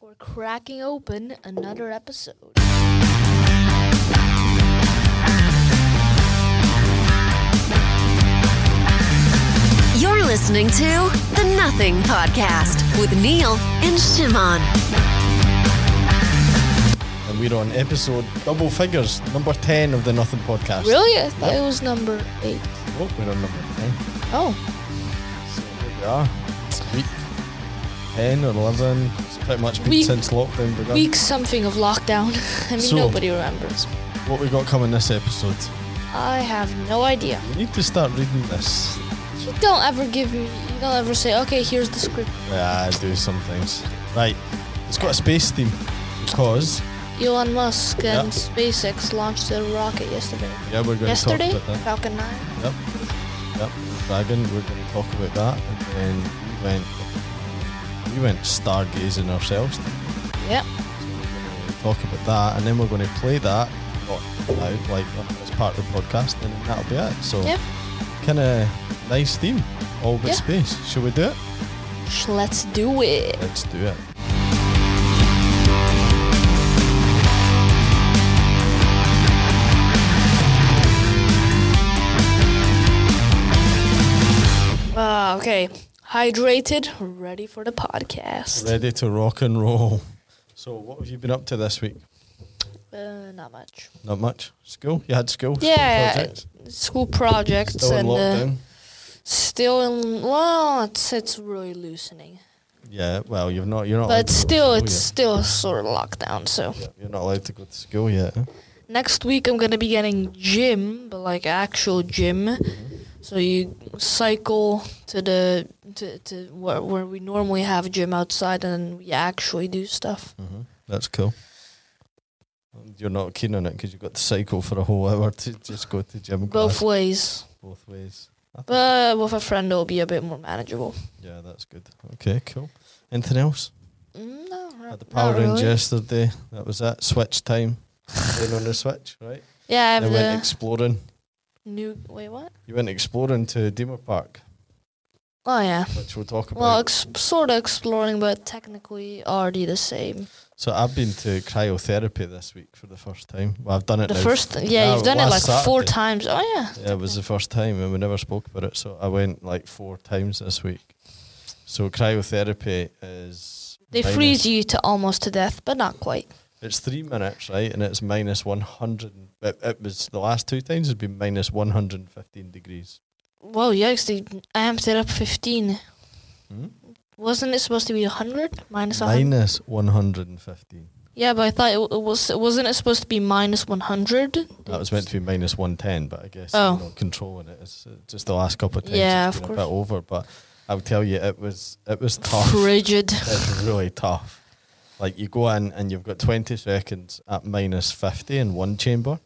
We're cracking open another episode. You're listening to the Nothing Podcast with Neil and Shimon. and we're on episode double figures, number 10 of the Nothing Podcast. Really? I thought it was number eight. Oh, we're on number 10. Oh, So here we are. Week 10 or 11. It's pretty much been Week- since lockdown began. week something of lockdown. I mean, So- nobody remembers. What we got coming this episode? I have no idea. We need to start reading this. You don't ever give me. You don't ever say, "Okay, here's the script." Yeah, I do sometimes. Right. It's got a space theme because, Elon Musk and Yeah. SpaceX launched a rocket yesterday. yeah, we're going to talk Yesterday, about that. Falcon 9. Yep. Yep. Dragon. We're going to talk about that, and then we went we went stargazing ourselves. Yep. Talk about that, and then we're going to play that not out like as part of the podcast, and that'll be it. So Yep. kind of nice theme, all but Yeah. space. Shall we do it? Sh- Let's do it. Let's do it. Ah, okay. Hydrated, ready for the podcast. Ready to rock and roll. So what have you been up to this week? Uh, not much. Not much. School? You had school? School Yeah, projects? school projects Still in and uh, lockdown. still in well it's it's really loosening yeah. Well, you've not. You're not. allowed but to go still to school it's yet. still sort of lockdown so Yeah, You're not allowed to go to school yet. huh? next week i'm gonna be getting gym but like actual gym Mm-hmm. so you cycle to the to, to where, where we normally have a gym outside and we actually do stuff Mm-hmm. That's cool. You're not keen on it because you've got to cycle for a whole hour to just go to gym both class ways both ways. I think- but with a friend it'll be a bit more manageable yeah, that's good. Okay, cool. Anything else? Mm, no, Had the not Power Range really. yesterday. That was it. Switch time. Playing on the Switch, right? yeah i have I went the exploring. new wait what You went exploring to Deemer Park, oh yeah which we'll talk about. Well, ex- sort of exploring, but technically already the same. so I've been to cryotherapy this week for the first time. Well, I've done it The now first, yeah, you've done it like last four Saturday. times. Oh yeah, Yeah, it was the first time, and we never spoke about it. So I went like four times this week. So cryotherapy is they minus- freeze you to almost to death, but not quite. It's three minutes, right? And it's minus one hundred. It, it was the last two times. It's been minus one hundred and fifteen degrees. Whoa, yikes! They amped it up fifteen. Hmm? Wasn't it supposed to be hundred minus hundred? Minus one hundred and fifteen. Yeah, but I thought it, w- it was. Wasn't it supposed to be minus one hundred? That was meant to be minus one ten, but I guess Oh. you're not controlling it. It's uh, just the last couple of times. Yeah, it's of been a course. bit over, but I'll tell you, it was it was tough. Frigid. It's really tough. Like you go in and you've got 20 seconds at minus 50 in one chamber,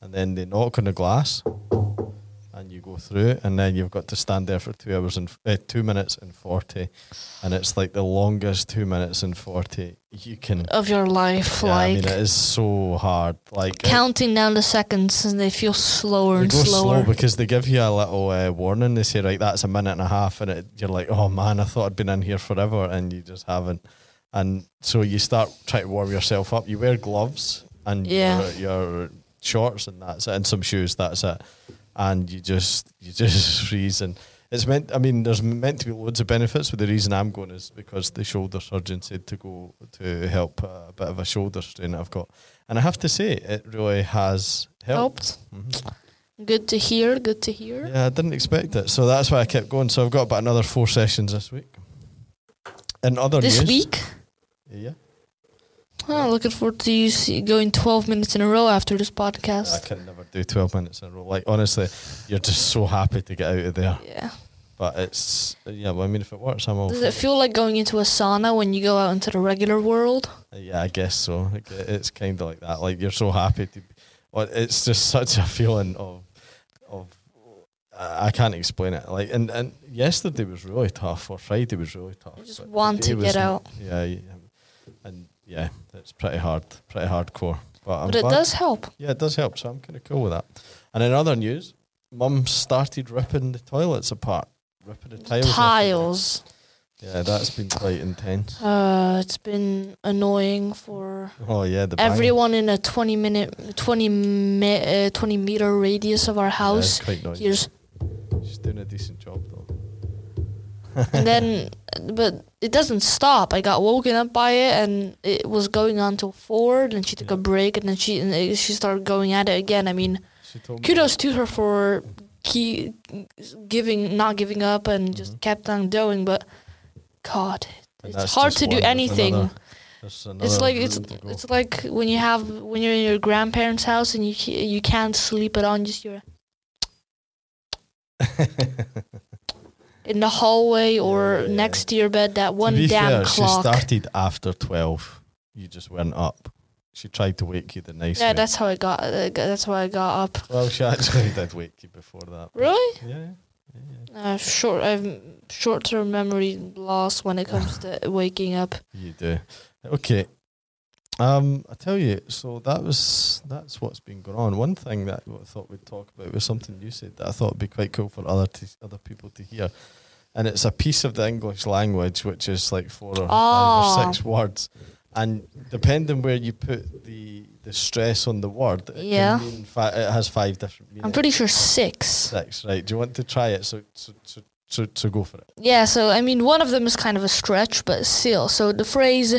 and then they knock on the glass, and you go through, and then you've got to stand there for two hours and uh, two minutes and 40, and it's like the longest two minutes and 40 you can. Of your life, Yeah, I like mean, it is so hard. Like it- counting down the seconds, and they feel slower they and go slower. slow because they give you a little uh, warning. They say, right, that's a minute and a half, and it, you're like, oh man, I thought I'd been in here forever, and you just haven't. And so you start trying to warm yourself up. You wear gloves and Yeah. your, your shorts, and that's it, and some shoes. That's it. And you just you just freeze. And it's meant. I mean, there's meant to be loads of benefits, but the reason I'm going is because the shoulder surgeon said to go to help uh, a bit of a shoulder strain I've got. And I have to say, it really has helped. Helped. Mhm. Good to hear. Good to hear. Yeah, I didn't expect it. So that's why I kept going. So I've got about another four sessions this week. And other This news, week. yeah, Oh, looking forward to you see, going 12 minutes in a row after this I podcast. can never do twelve minutes in a row. Like honestly, you're just so happy to get out of there. Yeah. But it's yeah. Well, I mean, if it works, I'm all. Does for it feel like going into a sauna when you go out into the regular world? Yeah, I guess so. Like, it- It's kind of like that. Like you're so happy to. Be, well, it's just such a feeling of, of, I I can't explain it. Like and and yesterday was really tough, or Friday was really tough. You but just want today to was- get out. Yeah, y- um, and yeah, it's pretty hard, pretty hardcore. But, I'm But it glad- does help. Yeah, it does help. So I'm kind of cool with that. And in other news, Mum started ripping the toilets apart, ripping the tiles. off of them. Tiles. Yeah, that's been quite intense. Uh, it's been annoying for Oh yeah, the banging. everyone in a 20 minute, 20, me, uh, 20 meter radius of our Oh, Yeah, house. it's quite noisy. Here's She's doing a decent job though. and then but it doesn't stop i got woken up by it and it was going on till four then she took a break and then she and it- she started going at it again i mean She told me kudos to her for key giving not giving up and just kept on going but god Mm-hmm. And it's that's hard just to do one. There's anything another- it's there's another like it's room to go. it's like when you have when you're in your grandparents house and you he- you can't sleep at all and just you're in the hallway or Yeah, yeah, next to your bed that one to be damn fair, clock She started after twelve. You just went up. She tried to wake you the nice Yeah, way. that's how I got. Uh, g- that's how I got up. well, she actually did wake you before that. but- Really? Yeah. yeah, yeah. Uh, short. I've short-term memory loss when it comes to waking up. You do. Okay. Um, I tell you, so that was that's what's been going on. One thing that I thought we'd talk about was something you said that I thought would be quite cool for other t- other people to hear, and it's a piece of the English language which is like four or five Ah. or six words, and depending where you put the the stress on the word, it can Yeah. mean fi- it has five different meanings. I'm pretty sure six. six, right? Do you want to try it? So so so so, so go for it. Yeah. So I mean, one of them is kind of a stretch, but still. So the phrase,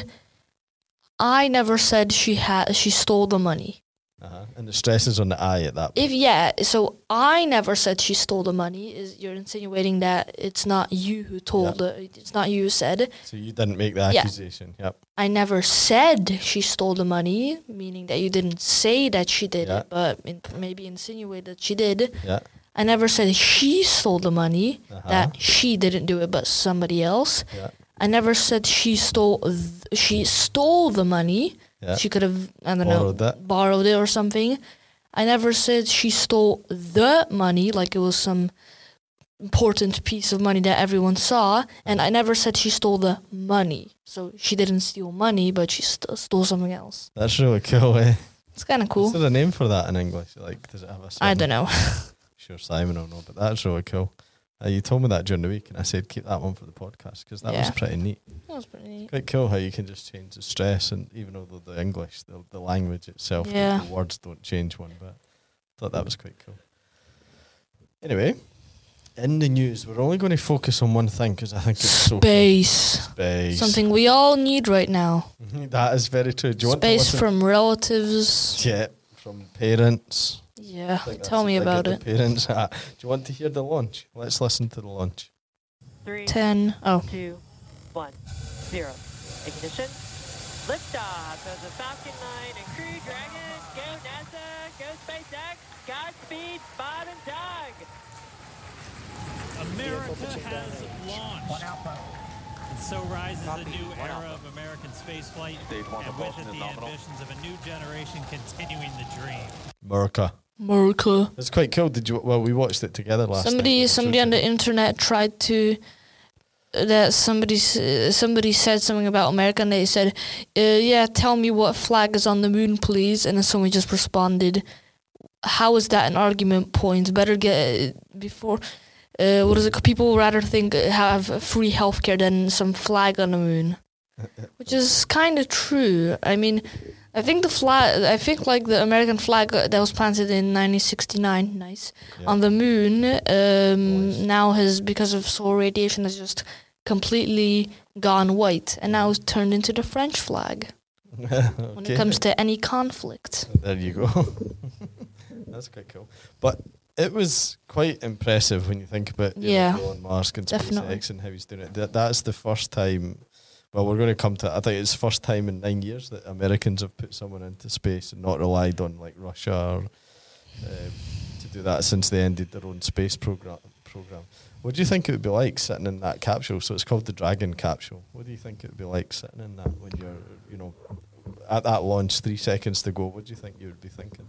"I never said she had she stole the money." Uh-huh. And the stress is on the I at that. point. If yeah, so I never said she stole the money. Is you're insinuating that it's not you who told the It's not you who said. So you didn't make the Yeah. accusation. Yep. I never said she stole the money, meaning that you didn't say that she did Yeah. it, but in, maybe insinuate that she did. Yeah. I never said she stole the money, Uh-huh. that she didn't do it, but somebody else. Yeah. I never said she stole th- she stole the money. Yeah. She could have I don't Borrowed know that. borrowed it or something. I never said she stole the money like it was some important piece of money that everyone saw and I never said she stole the money. So she didn't steal money but she st- stole something else. That's really cool, eh? It's kind of Is cool. there a name for that in English? Like, does it have a? I certain- don't know. Sure, Simon will know, but that's really cool. Uh, you told me that during the week, and I said keep that one for the podcast because that was Yeah. pretty neat. that was pretty neat. Quite cool how you can just change the stress, and even although the English, the, the language itself, the- Yeah. the, words don't change one bit. Thought that was quite cool. Anyway, in the news, we're only going to focus on one thing because I think it's so cool. Space. Space. Something we all need right now. that is very true. Do you want Space to listen? from relatives. yeah, from parents. Yeah, I think tell that's me a dig about at it. the Parents, do you want to hear the launch? Let's listen to the launch. Three, Ten. Oh, two, one, zero. Ignition. Liftoff of the Falcon 9 and Crew Dragon. Go NASA. Go SpaceX. Godspeed. Bottom dog. America has launched. And so rises a new era of American spaceflight, and with it the ambitions of a new generation continuing the dream. America. America. It's quite cool. Did you? Well, we watched it together last. Somebody, night. somebody on the internet tried to. uh, That somebody s- uh, somebody said something about America and they said, uh, "Yeah, tell me what flag is on the moon, please." And then someone just responded, "How is that an argument point? Better get before. Uh, what is it? People rather think uh, have free healthcare than some flag on the moon." which is kind of true. I mean, I think the flag, I think like the American flag uh, that was planted in 1969, nice, Yeah. on the moon, um, Nice. now has because of solar radiation has just completely gone white and now it's turned into the French flag when it comes to any conflict. there you go. That's quite cool. But it was quite impressive when you think about you know, Yeah. Elon Musk and Definitely. SpaceX and how he's doing it. That, that's the first time. Well, we're going to come to. I think it's the first time in nine years that Americans have put someone into space and not relied on like Russia or, um, to do that since they ended their own space program. Program. What do you think it would be like sitting in that capsule? So it's called the Dragon capsule. What do you think it would be like sitting in that when you're, you know, at that launch, three seconds to go? What do you think you would be thinking?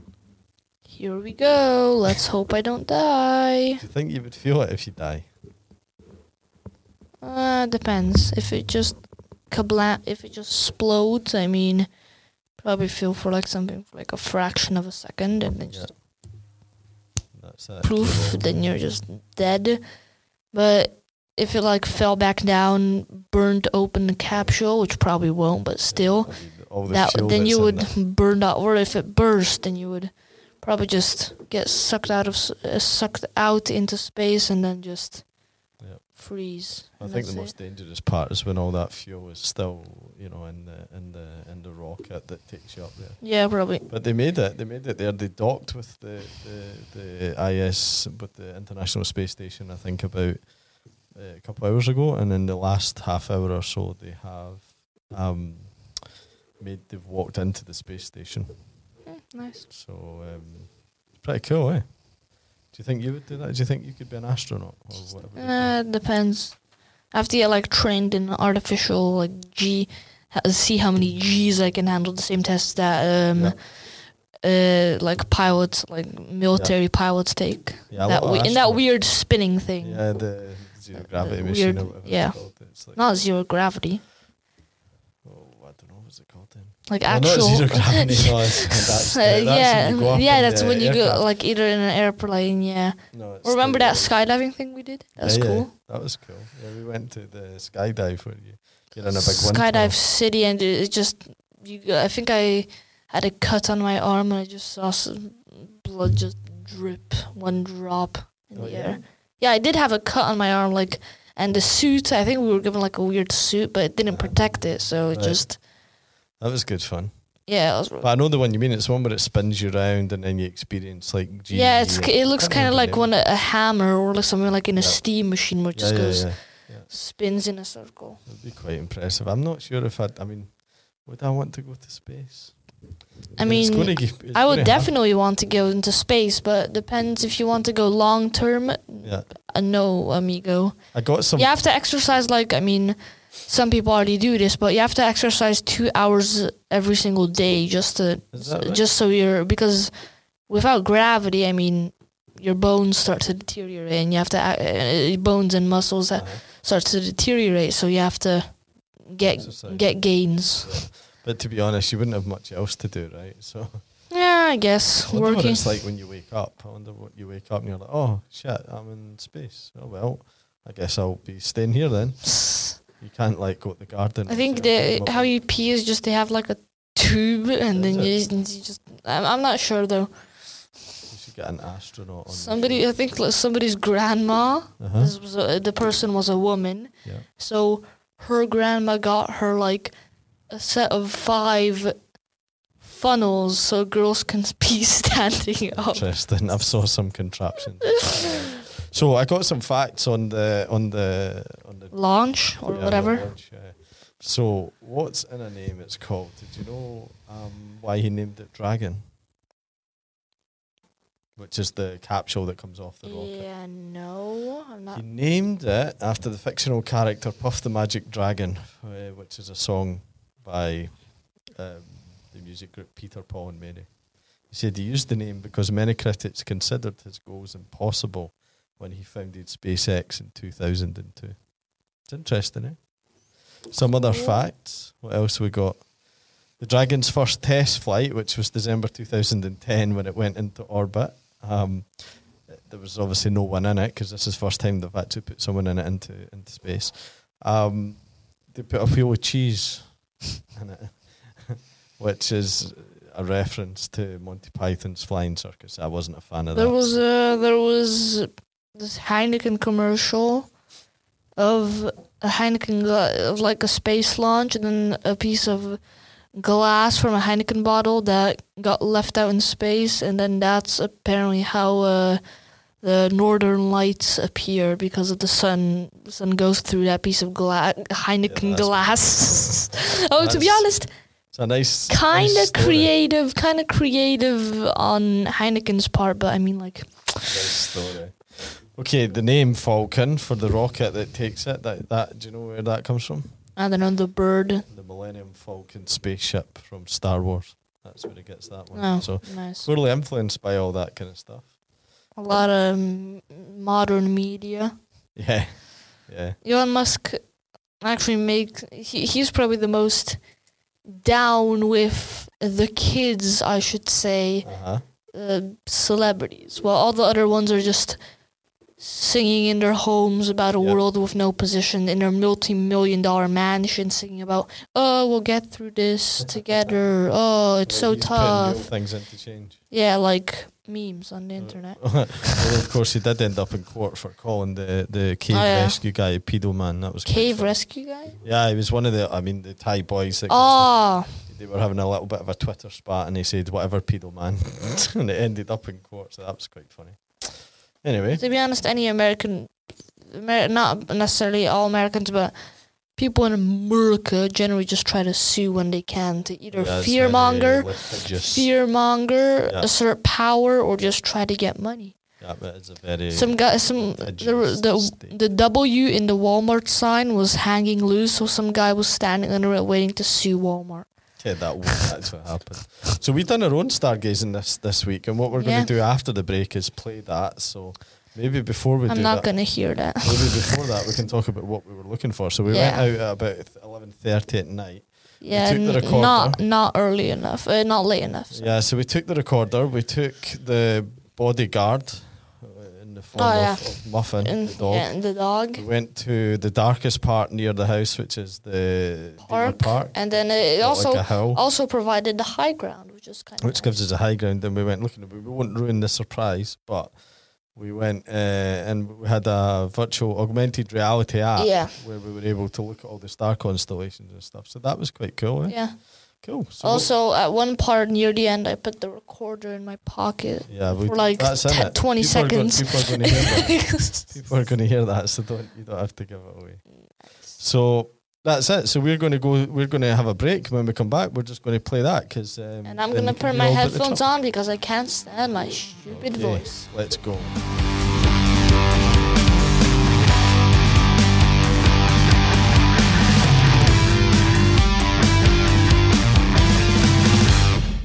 Here we go. Let's hope I don't die. Do you think you would feel it if you die? Uh, depends. If it just kabla if it just explodes, I mean, probably feel for like something for like a fraction of a second, and then Yeah. just That's it. proof, then you're just dead. But if it like fell back down, burned open the capsule, which probably won't, but still, All the that fuel then that's you in would there. burn that. Or if it burst, then you would probably just get sucked out of s- uh, sucked out into space and then just Yep. freeze. I and think that's the it. most dangerous part is when all that fuel is still, you know, in the in the in the rocket that takes you up there. Yeah, probably. But they made it. They made it there. They docked with the the, the IS with the International Space Station. I think about uh, a couple hours ago, and in the last half hour or so, they have um, made. They've walked into the space station. Mm, Nice. So um, it's pretty cool, eh? Do you think you would do that? Do you think you could be an astronaut or whatever? they do? Uh, it depends. I have to get like trained in artificial like G, h- see how many G's I can handle. The same tests that um, uh, like pilots, like military pilots take. Yeah, a that lot of we- in that astronauts- weird spinning thing. Yeah, the zero gravity the machine weird- or whatever yeah. it's called. It's like, Not zero gravity, oh, I don't know what's it called then. like No, actual. not zero gravity. no, it's, that's, Uh, that's yeah, when you go up yeah, in that's the when you aircraft. go like either in an airplane. Yeah, No, it's remember the- that skydiving thing we did? That was yeah, yeah, cool. that was cool. Yeah, we went to the skydive where you you're in a big windmill. skydive city and it it just you g- i think i had a cut on my arm and i just saw some blood just drip one drop in Oh, the yeah? air yeah i did have a cut on my arm like and the suit i think we were given like a weird suit but it didn't protect it so it Right. just That was good fun. yeah it was But I know the one you mean. It's one where it spins you around and then you experience like. G E yeah it's I it looks can't kind of remember like the when name. a, a hammer or like something like in a Yeah. steam machine where it Yeah, just yeah, goes yeah. spins in a circle It'd be quite impressive. I'm not sure if I'd. I mean, would I want to go to space? i it's mean gonna give- it's I would gonna happen. definitely want to go into space, but depends if you want to go long term. Yeah, Uh, no, amigo. I got some. You have to exercise like I mean, some people already do this, but you have to exercise two hours every single day just to Is that right? just so you're because without gravity, I mean, your bones start to deteriorate, and you have to ac- uh, bones and muscles that Uh-huh. starts to deteriorate, so you have to get Exercise. get gains. But to be honest, you wouldn't have much else to do, right? So Yeah, I guess I wonder what working. it's like when you wake up. I wonder what you wake up and you're like, oh shit, I'm in space. Oh well, I guess I'll be staying here then. You can't like go to the garden. I or think do anything they like how that. you pee is just they have like a tube and then you, Is you just I'm, I'm not sure though. you should get an astronaut. On Somebody I think like, somebody's grandma Uh-huh. this was a, the person was a woman, Yeah. so her grandma got her like a set of five funnels so girls can pee standing up. Interesting. I've saw some contraptions. so I got some facts on the on the on the Launch or Yeah, the whatever. launch, yeah. So what's in a name? It's called. Did you know um, why he named it Dragon? Which is the capsule that comes off the rocket. Yeah, no, I'm not. He named it after the fictional character Puff the Magic Dragon, uh, which is a song by um, the music group Peter, Paul, and Mary. He said he used the name because many critics considered his goals impossible when he founded SpaceX in 2002. It's interesting, eh? Some other facts. What else we got? The Dragon's first test flight, which was December 2010 when it went into orbit, um, there was obviously no one in it because this is the first time they've had to put someone in it into into space. Um, they put a wheel of cheese in it, which is a reference to Monty Python's Flying Circus. I wasn't a fan of There that. was uh, there was this Heineken commercial of a Heineken gla- of like a space launch and then a piece of glass from a Heineken bottle that got left out in space and then that's apparently how uh, the northern lights appear because of the sun the sun goes through that piece of gla- Heineken that's- glass. oh, to be That's- honest, it's a nice, kind nice of story. creative, kind of creative on Heineken's part, but I mean, like, Nice story. Okay, the name Falcon for the rocket that takes it. That that do you know where that comes from? I don't know, the bird. The Millennium Falcon spaceship from Star Wars. That's where he gets that one. Oh, So nice. clearly influenced by all that kind of stuff. A lot of m- modern media. Yeah, yeah. Elon Musk actually make he, he's probably the most down with the kids, I should say, Uh huh. uh, celebrities. While all the other ones are just singing in their homes about a Yep. world with no position in their multi-million dollar mansion singing about oh we'll get through this together oh it's so He's putting real tough Things into change. yeah like memes Mm. on the internet Although, of course, he did end up in court for calling the, the cave Oh, yeah. rescue guy a pedo man. That was quite cave funny. rescue guy Yeah, he was one of the. I mean, the Thai boys. That oh they were having a little bit of a Twitter spat, and he said whatever pedo man, and it ended up in court. So that was quite funny. Anyway, to be honest any american Amer- not necessarily all americans but people in america generally just try to sue when they can to either yeah, it's very fearmonger litigious. fearmonger Yeah. assert power or just try to get money Yeah, but it's a very. Some guy, some a there were- the Jesus thing. the W in the Walmart sign was hanging loose, so some guy was standing under it waiting to sue Walmart. Yeah, that was, that's what happened. So we've done our own stargazing this this week, and what we're going Yeah. to do after the break is play that. So maybe before we I'm do not that, gonna hear that. maybe before that we can talk about what we were looking for. So we Yeah. went out at about eleven thirty at night. yeah, took the n- recorder. not not early enough, uh, not late enough. sorry. Yeah, so we took the recorder, we took the bodyguard uh, in the form Oh, of, yeah. of Muffin, And the dog. yeah, and the dog We went to the darkest part near the house, which is the Demon park, park and then it Not also like a hill. also provided the high ground, which is kind which of gives us a high ground. Then we went looking. We won't ruin the surprise, but we went uh, and we had a virtual augmented reality app Yeah. where we were able to look at all the star constellations and stuff. So that was quite cool. Eh? yeah. Cool. So Also, at one part near the end, I put the recorder in my pocket. yeah, we, for like that's 10 20 it. people seconds. Are going, people are going to hear that. people are going to hear that, so don't you don't have to give it away. So. That's it. So we're going to go. We're going to have a break. When we come back, we're just going to play that because. Um, and I'm gonna then you can put hear my all about the headphones truck. on because I can't stand my stupid Okay, voice. Let's go.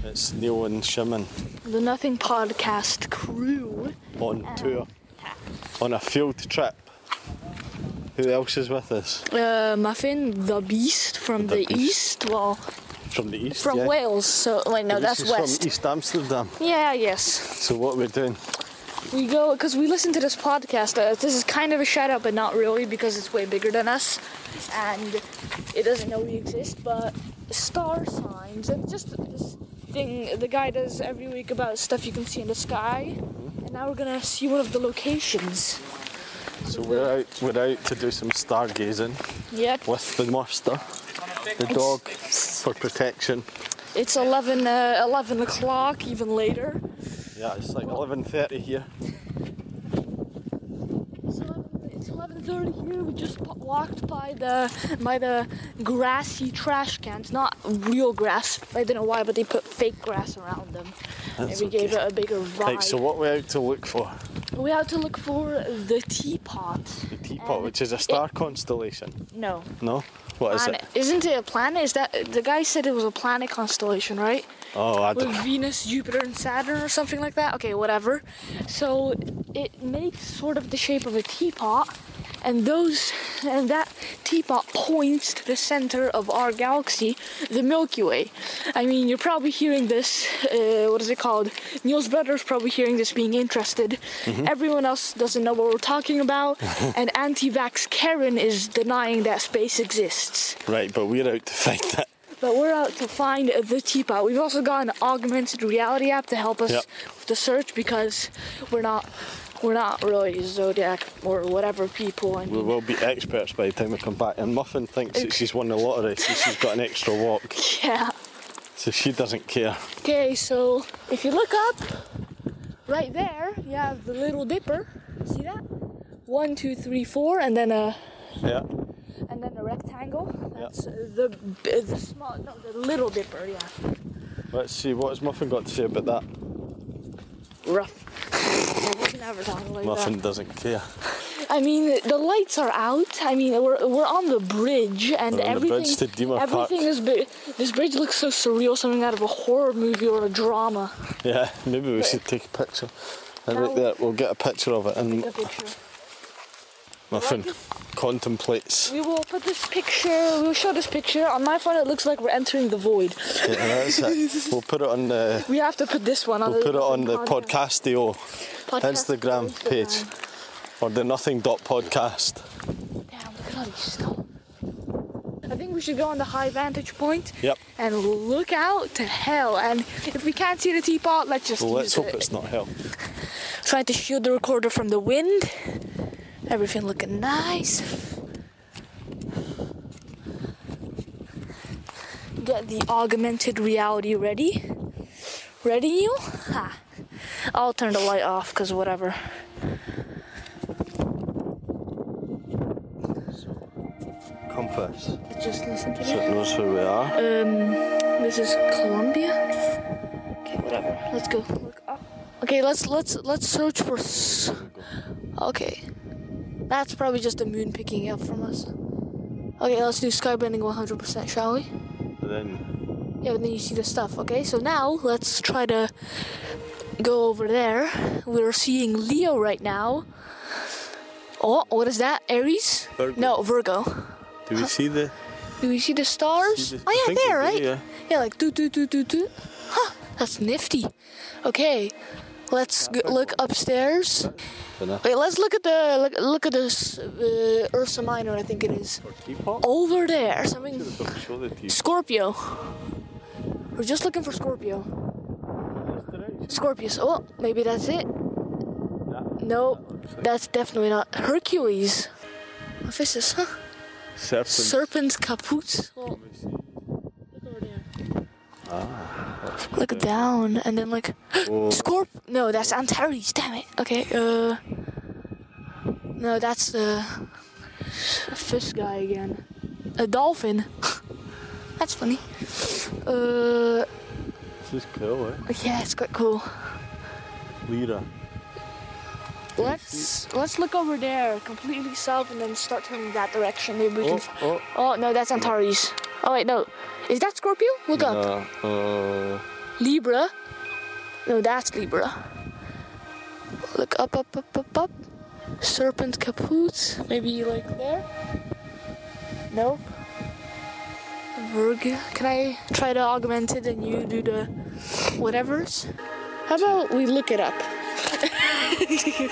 It's Neil and Shimon The Nothing Podcast crew. on Oh, tour, on a field trip. Who else is with us? Uh, Muffin, the Beast from The the, Beast. East. Well, From the east? from yeah? Wales. So wait, no, This that's is West. From East Amsterdam. Yeah, yes. So what we're doing? We go because we listen to this podcast. Uh, this is kind of a shout out, but not really because it's way bigger than us, and it doesn't know we exist. But star signs and just this thing the guy does every week about stuff you can see in the sky. And now we're gonna see one of the locations. So we're out. We're out to do some stargazing Yep. with the monster, the dog for protection. It's 11, uh, 11 o'clock, even later. Yeah, it's like 11:30 here. It's 11 It's 11:30 here. We just pa- walked by the by the grassy trash cans. Not real grass. I don't know why, but they put fake grass around them, and That's we gave okay. it a bigger vibe. Right, so what we're out to look for? We have to look for the teapot. The teapot, Um, which is a star constellation. No. No? What is Planet. it? Isn't it a planet? Is that the guy said it was a planet constellation, right? Oh, I with don't Venus, Jupiter, and Saturn or something like that. Okay, whatever. So it makes sort of the shape of a teapot, and those and that teapot points to the center of our galaxy, the Milky Way. I mean, you're probably hearing this. Uh, what is it called? Niels Brothers probably hearing this, being interested. Everyone else doesn't know what we're talking about, and anti-vax Karen is denying that space exists. Right, but we're out to find it. But we're out to find the teapot. We've also got an augmented reality app to help us Yep. with the search because we're not we're not really zodiac or whatever people. I We mean, will be experts by the time we come back. And Muffin thinks that she's won the lottery, so she's got an extra walk. yeah. So she doesn't care. Okay, so if you look up right there, you have the Little Dipper. See that? One, two, three, four, and then a Yeah. and then a rectangle. That's uh the b- the small no the Little Dipper. Yeah, Let's see, what has Muffin got to say about that? rough. we never talk like that. Muffin doesn't care. I mean, the lights are out. I mean, we're, we're on the bridge, and We're on the everything bridge to Dima Park. everything is big. This bridge looks so surreal, something out of a horror movie or a drama. Yeah, maybe we should take a picture. And Now- look there, we'll get a picture of it. The And picture. Muffin contemplates. We will put this picture. We'll show this picture on my phone. It looks like we're entering the void. Yeah, that's it. We'll put it on the. We have to put this one on. We'll the, put it on the Podcastio podcast- Instagram page. or the Nothing Dot podcast. Damn, look at all these snow. I think we should go on the high vantage point Yep. and look out to hell. And if we can't see the teapot, let's just Well, let's use hope it. it's not hell. Trying to shield the recorder from the wind. Everything looking nice. Get the augmented reality ready. Ready, you? Ha. I'll turn the light off because whatever. Compass. So Just listen to it knows who we are. Um, this is Colombia. Okay, whatever. Let's go. Look up. Okay, let's let's let's search for. S- okay, that's probably just the moon picking up from us. Okay, let's do skybending 100%, shall we? Then Yeah, but then you see the stuff. Okay, so now let's try to go over there. We're seeing Leo right now. Oh, what is that? Aries? Virgo. No, Virgo. do we see the? Do we see the stars? See the- I oh yeah, think we there, do, right? yeah. yeah, like do do do do do. Huh, that's nifty. Okay, let's g- look upstairs. Wait, let's look at the look, look at this uh, Ursa Minor. I think it is Teapot? over there. Something Don't show the teapot. Scorpio. We're just looking for Scorpio. Scorpius. Oh, maybe that's it. No, that's definitely not Hercules. What is this? Huh? Serpent. Serpent caput. Look down and then like Scorp no, that's Antares, damn it. Okay, uh No, that's uh, the fish guy again. A dolphin. that's funny. Uh this is cool, eh? yeah, it's quite cool. Lira. Let's let's look over there, completely south and then start turning that direction. Maybe we can Oh, f- oh. Oh no, that's Antares. Oh wait, no. Is that Scorpio? Look up. Uh, uh, Libra. No, that's Libra. Look up, up, up, up, up. Serpent Caput. Maybe like there. Nope. Virg. Can I try to augment it and you do the whatevers? How about we look it up? maybe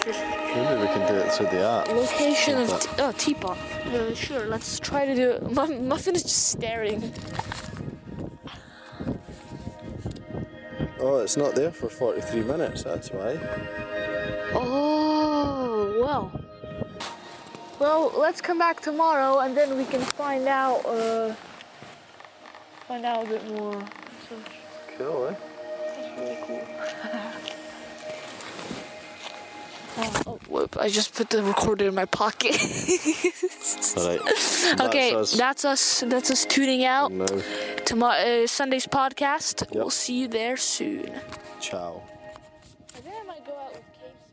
we can do it through the app. Location of t- oh teapot. Uh, sure, let's try to do it. Muff- Muffin is just staring. Oh, it's not there for 43 minutes, that's why. Oh, well. Well, let's come back tomorrow and then we can find out uh find out a bit more. So Cool, eh? that's really cool. oh, oh, whoop, I just put the recorder in my pocket. Alright. okay, That's us. that's us. That's us tuning out. No. Tomorrow uh, Sunday's podcast. Yep. We'll see you there soon. Ciao. I think I might go out with Casey.